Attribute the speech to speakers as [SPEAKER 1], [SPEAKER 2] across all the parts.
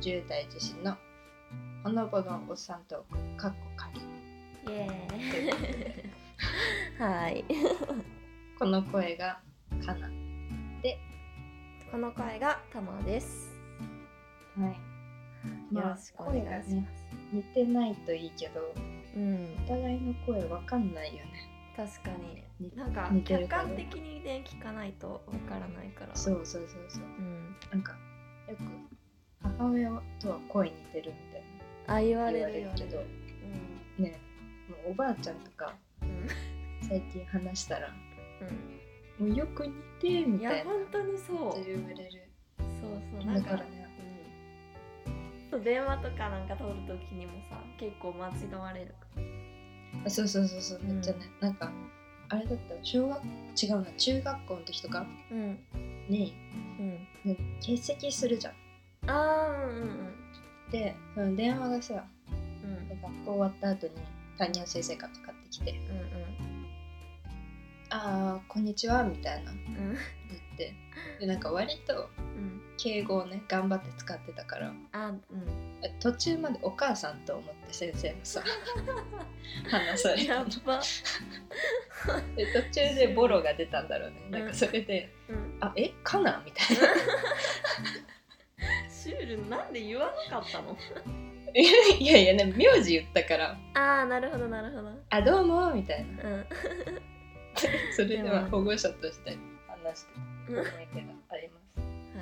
[SPEAKER 1] 10代女子のほのぼのおっさんトークかっこ仮
[SPEAKER 2] イエーイはい
[SPEAKER 1] この声がかな
[SPEAKER 2] この回がたまです
[SPEAKER 1] はい
[SPEAKER 2] よ
[SPEAKER 1] まあ
[SPEAKER 2] ろしくお願い
[SPEAKER 1] 声
[SPEAKER 2] します、
[SPEAKER 1] がね似てないといいけど
[SPEAKER 2] うん
[SPEAKER 1] お互いの声わかんないよね
[SPEAKER 2] 確か
[SPEAKER 1] 似
[SPEAKER 2] になんか
[SPEAKER 1] 似てる
[SPEAKER 2] 客
[SPEAKER 1] から
[SPEAKER 2] 観的にね聞かないとわからないから
[SPEAKER 1] そうそうそうそう
[SPEAKER 2] うん
[SPEAKER 1] なんかよく母親とは声似てるみたい
[SPEAKER 2] あ言わ
[SPEAKER 1] な
[SPEAKER 2] れ
[SPEAKER 1] 言わ
[SPEAKER 2] る
[SPEAKER 1] れ
[SPEAKER 2] よ
[SPEAKER 1] るけど
[SPEAKER 2] うん
[SPEAKER 1] ねもうおばあちゃんとか
[SPEAKER 2] うん
[SPEAKER 1] 最近話したら「
[SPEAKER 2] うん
[SPEAKER 1] もうよく似て」み
[SPEAKER 2] い
[SPEAKER 1] た
[SPEAKER 2] や
[SPEAKER 1] いな
[SPEAKER 2] 本当にそう
[SPEAKER 1] って言われる
[SPEAKER 2] そうそうな
[SPEAKER 1] だ
[SPEAKER 2] ん
[SPEAKER 1] か
[SPEAKER 2] から
[SPEAKER 1] ね
[SPEAKER 2] うん電話とかなんか取るときにもさ結構間違われる
[SPEAKER 1] あそうそうそうそう
[SPEAKER 2] うん
[SPEAKER 1] めっちゃね、なんかあれだった小学違うな中学校の時とか
[SPEAKER 2] うん
[SPEAKER 1] に、
[SPEAKER 2] うん
[SPEAKER 1] ね欠席するじゃん
[SPEAKER 2] あーうん
[SPEAKER 1] でその電話がさ
[SPEAKER 2] うんうん
[SPEAKER 1] 学校終わった後に担任の先生がかかってきて
[SPEAKER 2] うん
[SPEAKER 1] 「ああこんにちは」みたいな
[SPEAKER 2] うんうん
[SPEAKER 1] 言ってでなんか割と
[SPEAKER 2] うん
[SPEAKER 1] 敬語をね頑張って使ってたから
[SPEAKER 2] あうん
[SPEAKER 1] え途中までお母さんと思って先生の さ話された
[SPEAKER 2] や
[SPEAKER 1] の
[SPEAKER 2] っば
[SPEAKER 1] で途中でボロが出たんだろうねなんかそれで
[SPEAKER 2] うん
[SPEAKER 1] 「あえかな?」みたいな
[SPEAKER 2] シュールなんで言わなかったの
[SPEAKER 1] いやいやね名字言ったから
[SPEAKER 2] ああなるほどなるほど
[SPEAKER 1] 「あどうも」み たいな
[SPEAKER 2] うん
[SPEAKER 1] それで
[SPEAKER 2] で
[SPEAKER 1] は
[SPEAKER 2] も
[SPEAKER 1] 保護者として話して
[SPEAKER 2] うん
[SPEAKER 1] た思い出があります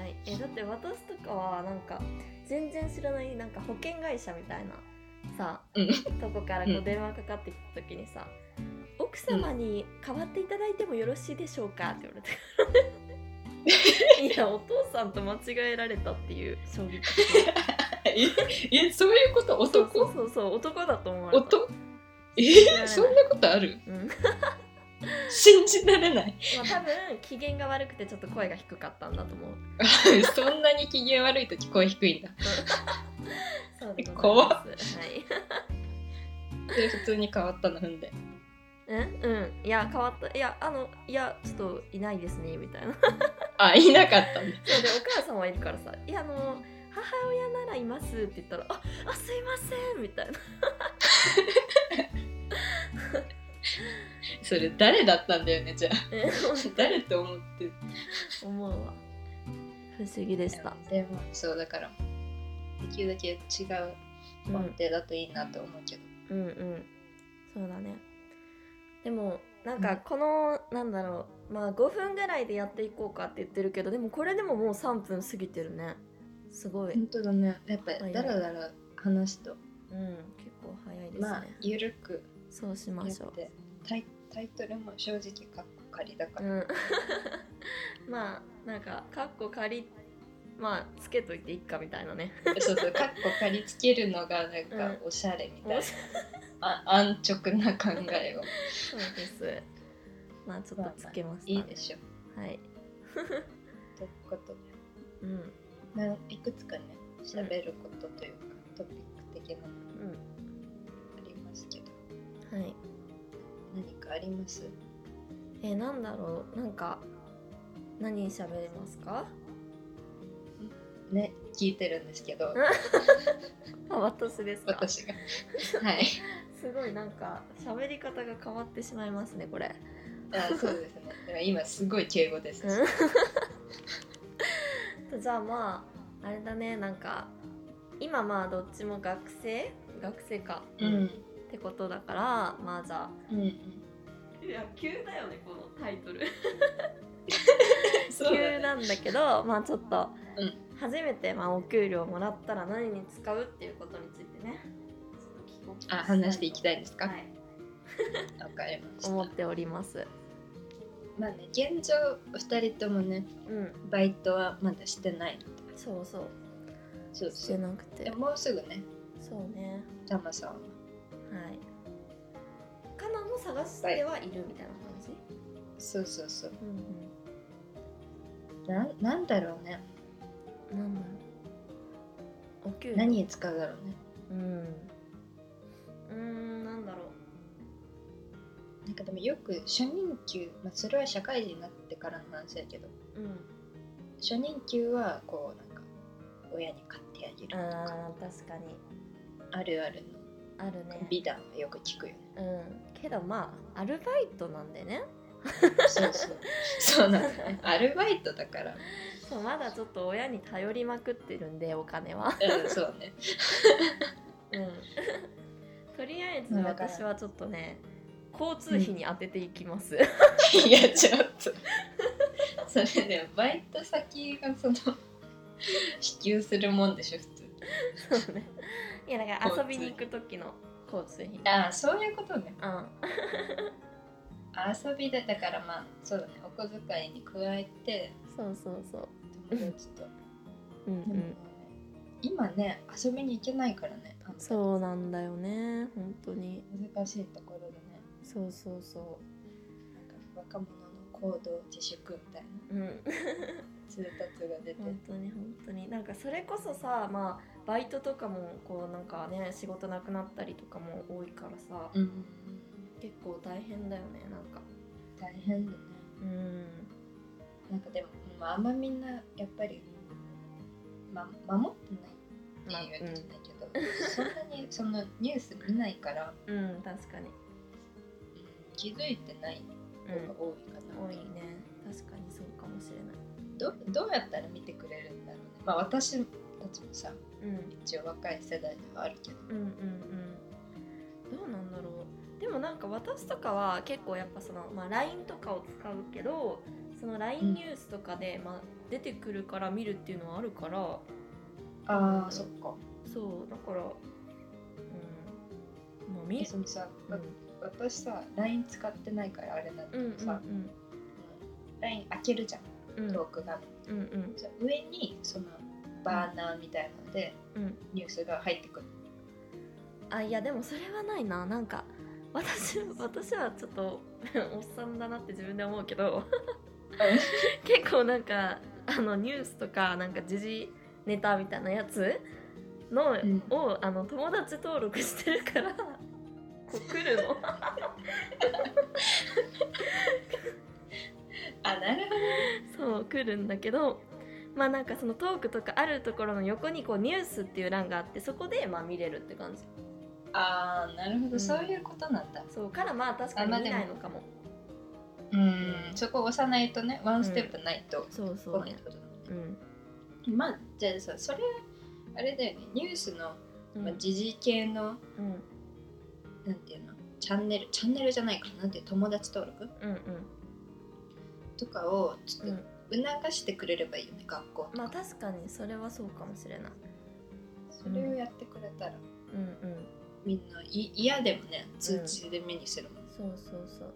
[SPEAKER 2] はい、えだって私とかはなんか全然知らないなんか保険会社みたいなさ、
[SPEAKER 1] う
[SPEAKER 2] とこからこ
[SPEAKER 1] う
[SPEAKER 2] うん電話かかってきた時にさ「奥様に代わっていただいてもよろしいでしょうか?」って言われ ていやお父さんと間違えられたっていう衝撃
[SPEAKER 1] ええそういうこと
[SPEAKER 2] そうそうそうそう男だと思われた
[SPEAKER 1] 男
[SPEAKER 2] 知らな
[SPEAKER 1] え
[SPEAKER 2] い
[SPEAKER 1] そんなことある
[SPEAKER 2] うんま
[SPEAKER 1] 信じられない
[SPEAKER 2] あ多分機嫌が悪くてちょっと声が低かったんだと思う
[SPEAKER 1] そんなに機嫌悪いと声低いんだ
[SPEAKER 2] そうでございま
[SPEAKER 1] 怖
[SPEAKER 2] す
[SPEAKER 1] っ
[SPEAKER 2] はい
[SPEAKER 1] で普通に変わったの踏んで
[SPEAKER 2] うんうんいや変わったいやあのいやちょっといないですねみたいな
[SPEAKER 1] あいなかったんだ
[SPEAKER 2] そうでお母さんはいるからさ「いやあの母親ならいます」って言ったら「ああすいません」みたいな
[SPEAKER 1] それ誰だったんだよねじゃあ
[SPEAKER 2] え
[SPEAKER 1] 誰と思って
[SPEAKER 2] 思うわ不思議でした、
[SPEAKER 1] でもそうだからできるだけ違う
[SPEAKER 2] うん、う
[SPEAKER 1] 音
[SPEAKER 2] ん
[SPEAKER 1] 程だといいなと思うけど、
[SPEAKER 2] うんそうだねでもなんかこの、なんだろうまあ5分ぐらいでやっていこうかって言ってるけどでもこれでももう3分過ぎてるねすごい、うん
[SPEAKER 1] 本当だねやっぱ
[SPEAKER 2] はい
[SPEAKER 1] だらだら話すと、
[SPEAKER 2] 結構早いですね、
[SPEAKER 1] まあゆるく
[SPEAKER 2] そうし
[SPEAKER 1] や
[SPEAKER 2] ま
[SPEAKER 1] っ
[SPEAKER 2] しょう
[SPEAKER 1] てタイタイトルも正直かっこ仮だから、
[SPEAKER 2] うん、 まあなんかカッコ仮まあつけといていっかみたいなね
[SPEAKER 1] そうそうかっこ仮つけるのがなんかおしゃれみたいな、あ安直な考えを
[SPEAKER 2] そうですまあちょっとつけました、ね
[SPEAKER 1] いいでしょ
[SPEAKER 2] はい、
[SPEAKER 1] ということで
[SPEAKER 2] うん
[SPEAKER 1] ないくつかね喋ることというか、トピック的なのが
[SPEAKER 2] う
[SPEAKER 1] ありますけど
[SPEAKER 2] ん、はい
[SPEAKER 1] 何かあります
[SPEAKER 2] えー、なんだろうなんか何喋りますか
[SPEAKER 1] ね聞いてるんですけど
[SPEAKER 2] あ私ですか
[SPEAKER 1] 私がはい
[SPEAKER 2] すごいなんか喋り方が変わってしまいますねこれ
[SPEAKER 1] あそうですねでも今すごい敬語ですし、
[SPEAKER 2] うんじゃあまああれだねなんか今まあどっちも学生学生か、
[SPEAKER 1] うん
[SPEAKER 2] ってことだからまあじゃあ
[SPEAKER 1] うんうん
[SPEAKER 2] いや急だよねこのタイトル
[SPEAKER 1] そう
[SPEAKER 2] 急
[SPEAKER 1] だね
[SPEAKER 2] なんだけどまあちょっと、
[SPEAKER 1] うん
[SPEAKER 2] 初めてまあお給料もらったら何に使うっていうことについてねちょっと聞こう
[SPEAKER 1] あ話していきたいですか
[SPEAKER 2] は
[SPEAKER 1] わ、
[SPEAKER 2] い、
[SPEAKER 1] かりました
[SPEAKER 2] 思っております
[SPEAKER 1] まあね現状2人ともね
[SPEAKER 2] うん
[SPEAKER 1] バイトはまだしてないので
[SPEAKER 2] そうそう
[SPEAKER 1] そう
[SPEAKER 2] し
[SPEAKER 1] そ
[SPEAKER 2] て
[SPEAKER 1] う
[SPEAKER 2] なく
[SPEAKER 1] で
[SPEAKER 2] て
[SPEAKER 1] ももうすぐね
[SPEAKER 2] そうね
[SPEAKER 1] タマさんは
[SPEAKER 2] はいかなも探してはいるみたいな感じ、
[SPEAKER 1] そうそうそう
[SPEAKER 2] うんうん
[SPEAKER 1] なんなんだろうね
[SPEAKER 2] なんだろうお給料
[SPEAKER 1] 何に使うだろうね
[SPEAKER 2] うんうーんなんだろ
[SPEAKER 1] なんかでもよく初任給、まあ、それは社会人になってからの話だけど
[SPEAKER 2] ううん
[SPEAKER 1] 初任給はこうなんか親に買ってあげるとか
[SPEAKER 2] あー確かに
[SPEAKER 1] あるある
[SPEAKER 2] ある
[SPEAKER 1] の
[SPEAKER 2] ね
[SPEAKER 1] 美談はよく聞くよね
[SPEAKER 2] うんけどまあアルバイトなんでね
[SPEAKER 1] そう そうそうなんだねアルバイトだから
[SPEAKER 2] そうまだちょっと親に頼りまくってるんでお金は
[SPEAKER 1] うんそうね
[SPEAKER 2] うん とりあえず
[SPEAKER 1] まあだから
[SPEAKER 2] 私はちょっとね交通費に当てていきます、
[SPEAKER 1] いやちょっと それでバイト先がその 支給するもんでしょ普通
[SPEAKER 2] そうねいやだから遊びに行く時の交通費
[SPEAKER 1] ああそういうことね
[SPEAKER 2] うん
[SPEAKER 1] 遊びでだからまあそうだねお小遣いに加えて
[SPEAKER 2] そうそうそう
[SPEAKER 1] 友達と、
[SPEAKER 2] うんう
[SPEAKER 1] でも
[SPEAKER 2] ん
[SPEAKER 1] 今ね遊びに行けないからねあんまり
[SPEAKER 2] そうなんだよね本当に
[SPEAKER 1] 難しいところでね
[SPEAKER 2] そうそうそ
[SPEAKER 1] なんか若者の行動自粛みたいな
[SPEAKER 2] ううん
[SPEAKER 1] 通達が出て、
[SPEAKER 2] 本当に本当になんかそれこそさまあバイトとかもこうなんかね仕事なくなったりとかも多いからさ、
[SPEAKER 1] うん
[SPEAKER 2] 結構大変だよねなんか
[SPEAKER 1] 大変だね
[SPEAKER 2] うん
[SPEAKER 1] なんかでも、まあ、あんまみんなやっぱり、ま、守ってない
[SPEAKER 2] まあ
[SPEAKER 1] って言うとないけど、そんなにそのニュース見ないから、
[SPEAKER 2] うん、うん、確かに、
[SPEAKER 1] うん気づいてない子が多いかな、
[SPEAKER 2] 多いね確かにそうかもしれない
[SPEAKER 1] どどうやったら見てくれるんだろうねまあ私たちもさ
[SPEAKER 2] うん
[SPEAKER 1] 一応若い世代ではあるけど
[SPEAKER 2] うんうんうんどうなんだろうでもなんか私とかは結構やっぱその、まあ、LINE とかを使うけどその LINE ニュースとかで、まあ、出てくるから見るっていうのはあるから
[SPEAKER 1] あ
[SPEAKER 2] ーそっ
[SPEAKER 1] か
[SPEAKER 2] そうだからうんもう見
[SPEAKER 1] そのさ、
[SPEAKER 2] うん
[SPEAKER 1] 私さ LINE 使ってないからあれなんだけ
[SPEAKER 2] うん
[SPEAKER 1] どさ、LINE 開けるじゃん
[SPEAKER 2] うんうん
[SPEAKER 1] トーク画面、
[SPEAKER 2] うんうん
[SPEAKER 1] じゃあ上にそのバーナーみたいなので
[SPEAKER 2] うん
[SPEAKER 1] ニュースが入ってくる
[SPEAKER 2] あいやでもそれはないななんか 私私はちょっと おっさんだなって自分で思うけど 結構なんかあのニュースとかなんか時事ネタみたいなやつの、
[SPEAKER 1] ん
[SPEAKER 2] をあの友達登録してるからこう来るの
[SPEAKER 1] あなるほど
[SPEAKER 2] そう来るんだけどまあなんかそのトークとかあるところの横にこうニュースっていう欄があってそこでまあ見れるって感じ
[SPEAKER 1] あーなるほど、
[SPEAKER 2] うん
[SPEAKER 1] そういうことなんだ
[SPEAKER 2] そうからまあ確かに
[SPEAKER 1] あまあ
[SPEAKER 2] 見
[SPEAKER 1] でも
[SPEAKER 2] ないのかも
[SPEAKER 1] うんそこ押さないとねワンステップないと
[SPEAKER 2] そうそ
[SPEAKER 1] 来
[SPEAKER 2] う
[SPEAKER 1] ないっ
[SPEAKER 2] ね
[SPEAKER 1] てことだもんね
[SPEAKER 2] うん
[SPEAKER 1] まあじゃあさそれあれだよねニュースの、
[SPEAKER 2] うん
[SPEAKER 1] まあ、時事系の
[SPEAKER 2] うん
[SPEAKER 1] なんていうのチャンネルチャンネルじゃないかななんていう友達登録
[SPEAKER 2] うん
[SPEAKER 1] とかをち
[SPEAKER 2] うんう
[SPEAKER 1] ょっ
[SPEAKER 2] ん
[SPEAKER 1] と促してくれればいいよね学校とか、
[SPEAKER 2] まあ確かにそれはそうかもしれない。
[SPEAKER 1] それをやってくれたら
[SPEAKER 2] うんうん。
[SPEAKER 1] みんない嫌でもね通知で目にするもん、
[SPEAKER 2] そうそうそう。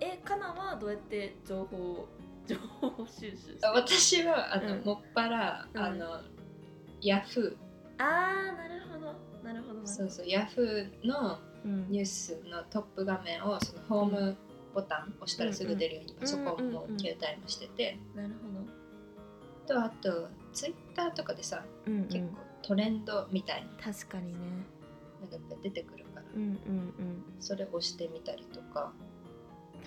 [SPEAKER 2] え、かなはどうやって情報を情報収集して
[SPEAKER 1] あ私はあの、
[SPEAKER 2] うん
[SPEAKER 1] もっぱら、
[SPEAKER 2] うん
[SPEAKER 1] あのヤフ
[SPEAKER 2] あー、なるほど。なるほどなるほ
[SPEAKER 1] ー
[SPEAKER 2] ど。
[SPEAKER 1] そうそうヤフーの
[SPEAKER 2] うん
[SPEAKER 1] ニュースのトップ画面をそのホームボタン押したらすぐ出るようにパソコンも
[SPEAKER 2] うんうん
[SPEAKER 1] 携帯もしてて、
[SPEAKER 2] なるほど。
[SPEAKER 1] とあとツイッターとかでさ
[SPEAKER 2] うん、
[SPEAKER 1] 結構トレンドみたいな
[SPEAKER 2] 確かにね。
[SPEAKER 1] のがやっぱ出てくるから、
[SPEAKER 2] うんうんうん。
[SPEAKER 1] それ押してみたりとか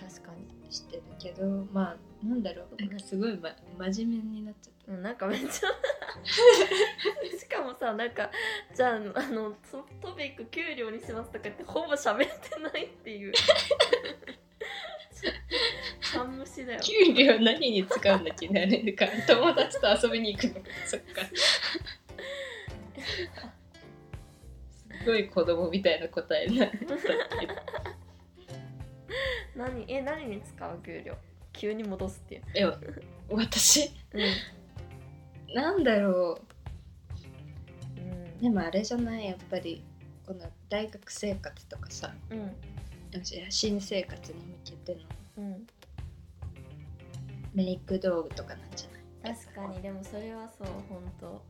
[SPEAKER 2] 確かに。
[SPEAKER 1] してるけどまあなんだろうなんかすごい、ま、真面目になっちゃった
[SPEAKER 2] うん、なんかめっちゃしかもさなんかじゃああのトトピック給料にしますとか言ってほぼ喋ってないっていう半虫だよ
[SPEAKER 1] 給料何に使うんだっけねあれか 友達と遊びに行くのかそっか すっごい子供みたいな答えになったけど
[SPEAKER 2] 何え何に使う給料急に戻すっていう、
[SPEAKER 1] え私
[SPEAKER 2] う
[SPEAKER 1] なんだろ
[SPEAKER 2] ん
[SPEAKER 1] うでもあれじゃないやっぱりこの大学生活とかさ
[SPEAKER 2] うん
[SPEAKER 1] 新生活に向けての
[SPEAKER 2] うん
[SPEAKER 1] メイク道具とかなんじゃない
[SPEAKER 2] 確かにでもそれはそう本当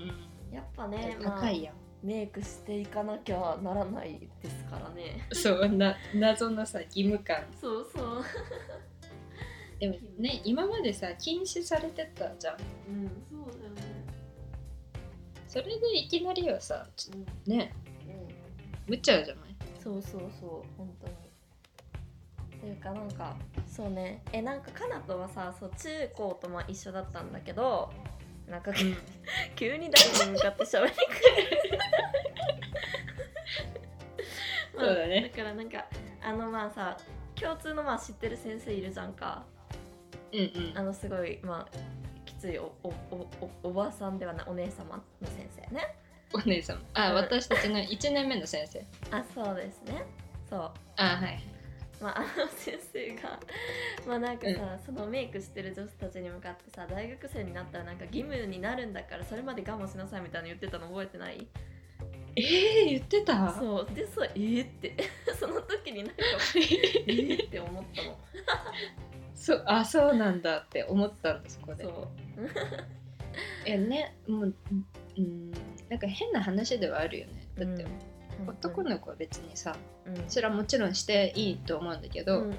[SPEAKER 1] うん
[SPEAKER 2] やっぱね、ま
[SPEAKER 1] 高
[SPEAKER 2] あ、
[SPEAKER 1] いやん、
[SPEAKER 2] メイクしていかなきゃならないですからね
[SPEAKER 1] そうな謎のさ義務感
[SPEAKER 2] そうそう
[SPEAKER 1] でもね今までさ禁止されてたじゃん
[SPEAKER 2] うんそうだよね
[SPEAKER 1] それでいきなりはさちょっ
[SPEAKER 2] うん
[SPEAKER 1] とね無茶じゃない
[SPEAKER 2] そうそうそう本当にというかなんかそうねえなんかかなとはさそう中高とまあ一緒だったんだけどなんか急に誰に向かって喋りかけ
[SPEAKER 1] そうだね
[SPEAKER 2] だからなんかあのまあさ共通のまあ知ってる先生いるじゃんか
[SPEAKER 1] うんうん
[SPEAKER 2] あのすごいまあきついおおおおおばさんではないお姉様の先生ね
[SPEAKER 1] お姉さんあ、
[SPEAKER 2] うん
[SPEAKER 1] 私たちの1年目の先生
[SPEAKER 2] あそうですねそう
[SPEAKER 1] あはい
[SPEAKER 2] まあ、あの先生がまあなんかさ、そのメイクしてる女子たちに向かってさ大学生になったらなんか義務になるんだからそれまで我慢しなさいみたいなの言ってたの覚えてない
[SPEAKER 1] えー、言ってた
[SPEAKER 2] そうでそうえー、って その時になんかえーって思ったの
[SPEAKER 1] そうあそうなんだって思ったんですこれ
[SPEAKER 2] そう
[SPEAKER 1] えねもううんなんか変な話ではあるよねだって、
[SPEAKER 2] うん
[SPEAKER 1] 男の子は別にさ
[SPEAKER 2] うん
[SPEAKER 1] それはもちろんしていいと思うんだけど、
[SPEAKER 2] うんうん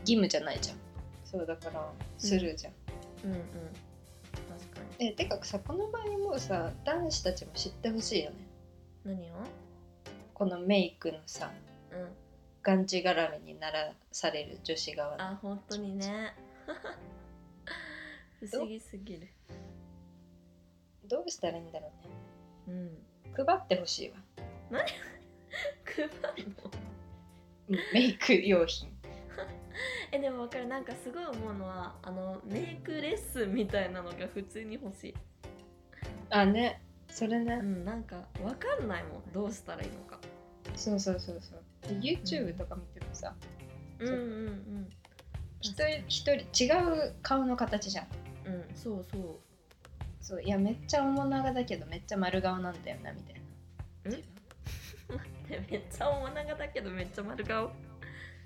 [SPEAKER 1] 義務じゃないじゃんそうだからするじゃん、
[SPEAKER 2] うんうんうん確かに
[SPEAKER 1] えてかさこの場合もうさ男子たちも知ってほしいよね
[SPEAKER 2] 何を
[SPEAKER 1] このメイクのさ
[SPEAKER 2] うん
[SPEAKER 1] がんじがらみにならされる女子側の
[SPEAKER 2] あ本当にね 不思議すぎる
[SPEAKER 1] どうしたらいいんだろうね
[SPEAKER 2] うん
[SPEAKER 1] 配ってほしいわ
[SPEAKER 2] 配るの
[SPEAKER 1] メイク用品
[SPEAKER 2] えでも分かるなんかすごい思うのはあのメイクレッスンみたいなのが普通に欲しい、
[SPEAKER 1] あねそれ
[SPEAKER 2] う
[SPEAKER 1] ね
[SPEAKER 2] ん、なんか分かんないもんどうしたらいいのか
[SPEAKER 1] そうそうそうそうで YouTube とか見てもさ
[SPEAKER 2] うん
[SPEAKER 1] う
[SPEAKER 2] うんうん
[SPEAKER 1] 一人一人違う顔の形じゃん
[SPEAKER 2] うんそうそう
[SPEAKER 1] そういやめっちゃ面長だけどめっちゃ丸顔なんだよなみたいな
[SPEAKER 2] でめっちゃ面長だけどめっちゃ丸顔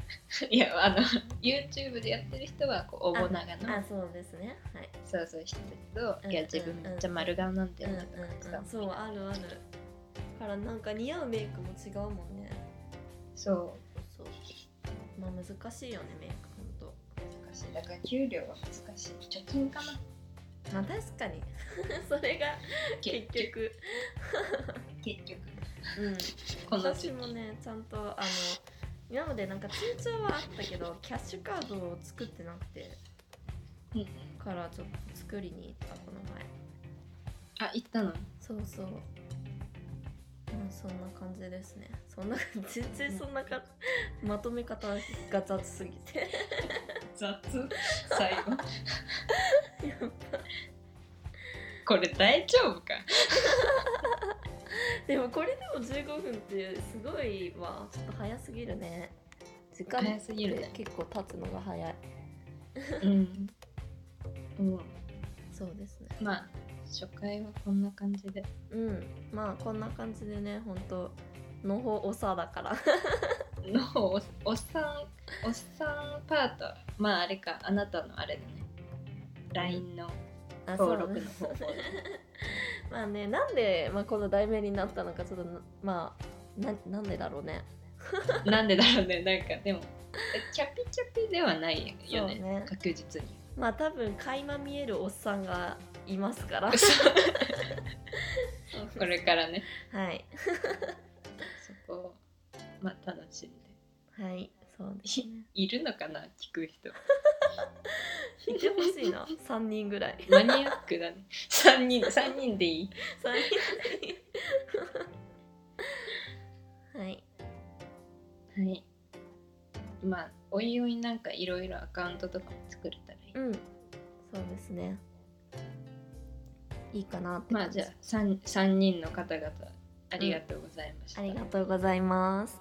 [SPEAKER 1] いやあの YouTube でやってる人はこうおぼ長の
[SPEAKER 2] あそうですねはい
[SPEAKER 1] そうそうしてるけど、
[SPEAKER 2] うん
[SPEAKER 1] いや自分めっちゃ丸顔なんだよなとか
[SPEAKER 2] うんうん
[SPEAKER 1] さ
[SPEAKER 2] うん、そうあるあるからなんか似合うメイクも違うもんね
[SPEAKER 1] そう
[SPEAKER 2] そうまあ難しいよねメイクほんと
[SPEAKER 1] 難しいだから給料は難しい貯金かな
[SPEAKER 2] まあ確かに それが結局
[SPEAKER 1] 結局
[SPEAKER 2] うん
[SPEAKER 1] この
[SPEAKER 2] 私もねちゃんとあの今までなんか通帳はあったけどキャッシュカードを作ってなくて
[SPEAKER 1] うんうん
[SPEAKER 2] からちょっと作りに行ったこの前
[SPEAKER 1] あ行ったの
[SPEAKER 2] そうそうまあそんな感じですねそんな全然そんなかまとめ方が雑すぎて
[SPEAKER 1] 雑最後これ大丈夫か
[SPEAKER 2] でもこれでも15分ってすごいわちょっと早すぎるね時間
[SPEAKER 1] 早すぎるね
[SPEAKER 2] 結構経つのが早い
[SPEAKER 1] うん、うん、
[SPEAKER 2] そうですね
[SPEAKER 1] まあ初回はこんな感じで
[SPEAKER 2] うんまあこんな感じでねほんとのほおさだ から
[SPEAKER 1] のおおっさんおっさんパートまああれかあなたのあれだね LINE の
[SPEAKER 2] あ
[SPEAKER 1] 登録の
[SPEAKER 2] そう
[SPEAKER 1] 方法
[SPEAKER 2] まあねなんで、まあ、この題名になったのかちょっとなまあななんでだろうね
[SPEAKER 1] なんでだろうねなんかでもえキャピキャピではないよね
[SPEAKER 2] そうね
[SPEAKER 1] 確実に
[SPEAKER 2] まあ多分垣間見えるおっさんがいま すから
[SPEAKER 1] これからね
[SPEAKER 2] はい
[SPEAKER 1] そこをまあ楽しんで
[SPEAKER 2] はいそうですね
[SPEAKER 1] いるのかな聞く 人
[SPEAKER 2] いてほし いな3人ぐらい
[SPEAKER 1] マニアックだね3人三人でいい
[SPEAKER 2] 3人ぐらいはい
[SPEAKER 1] はいまあおいおいなんかいろいろアカウントとかも作れたらいい、
[SPEAKER 2] うんそうですねいいかなって
[SPEAKER 1] まあ
[SPEAKER 2] 感じ
[SPEAKER 1] じゃあ 3, 三人の方々ありがとうございました、
[SPEAKER 2] ありがとうございます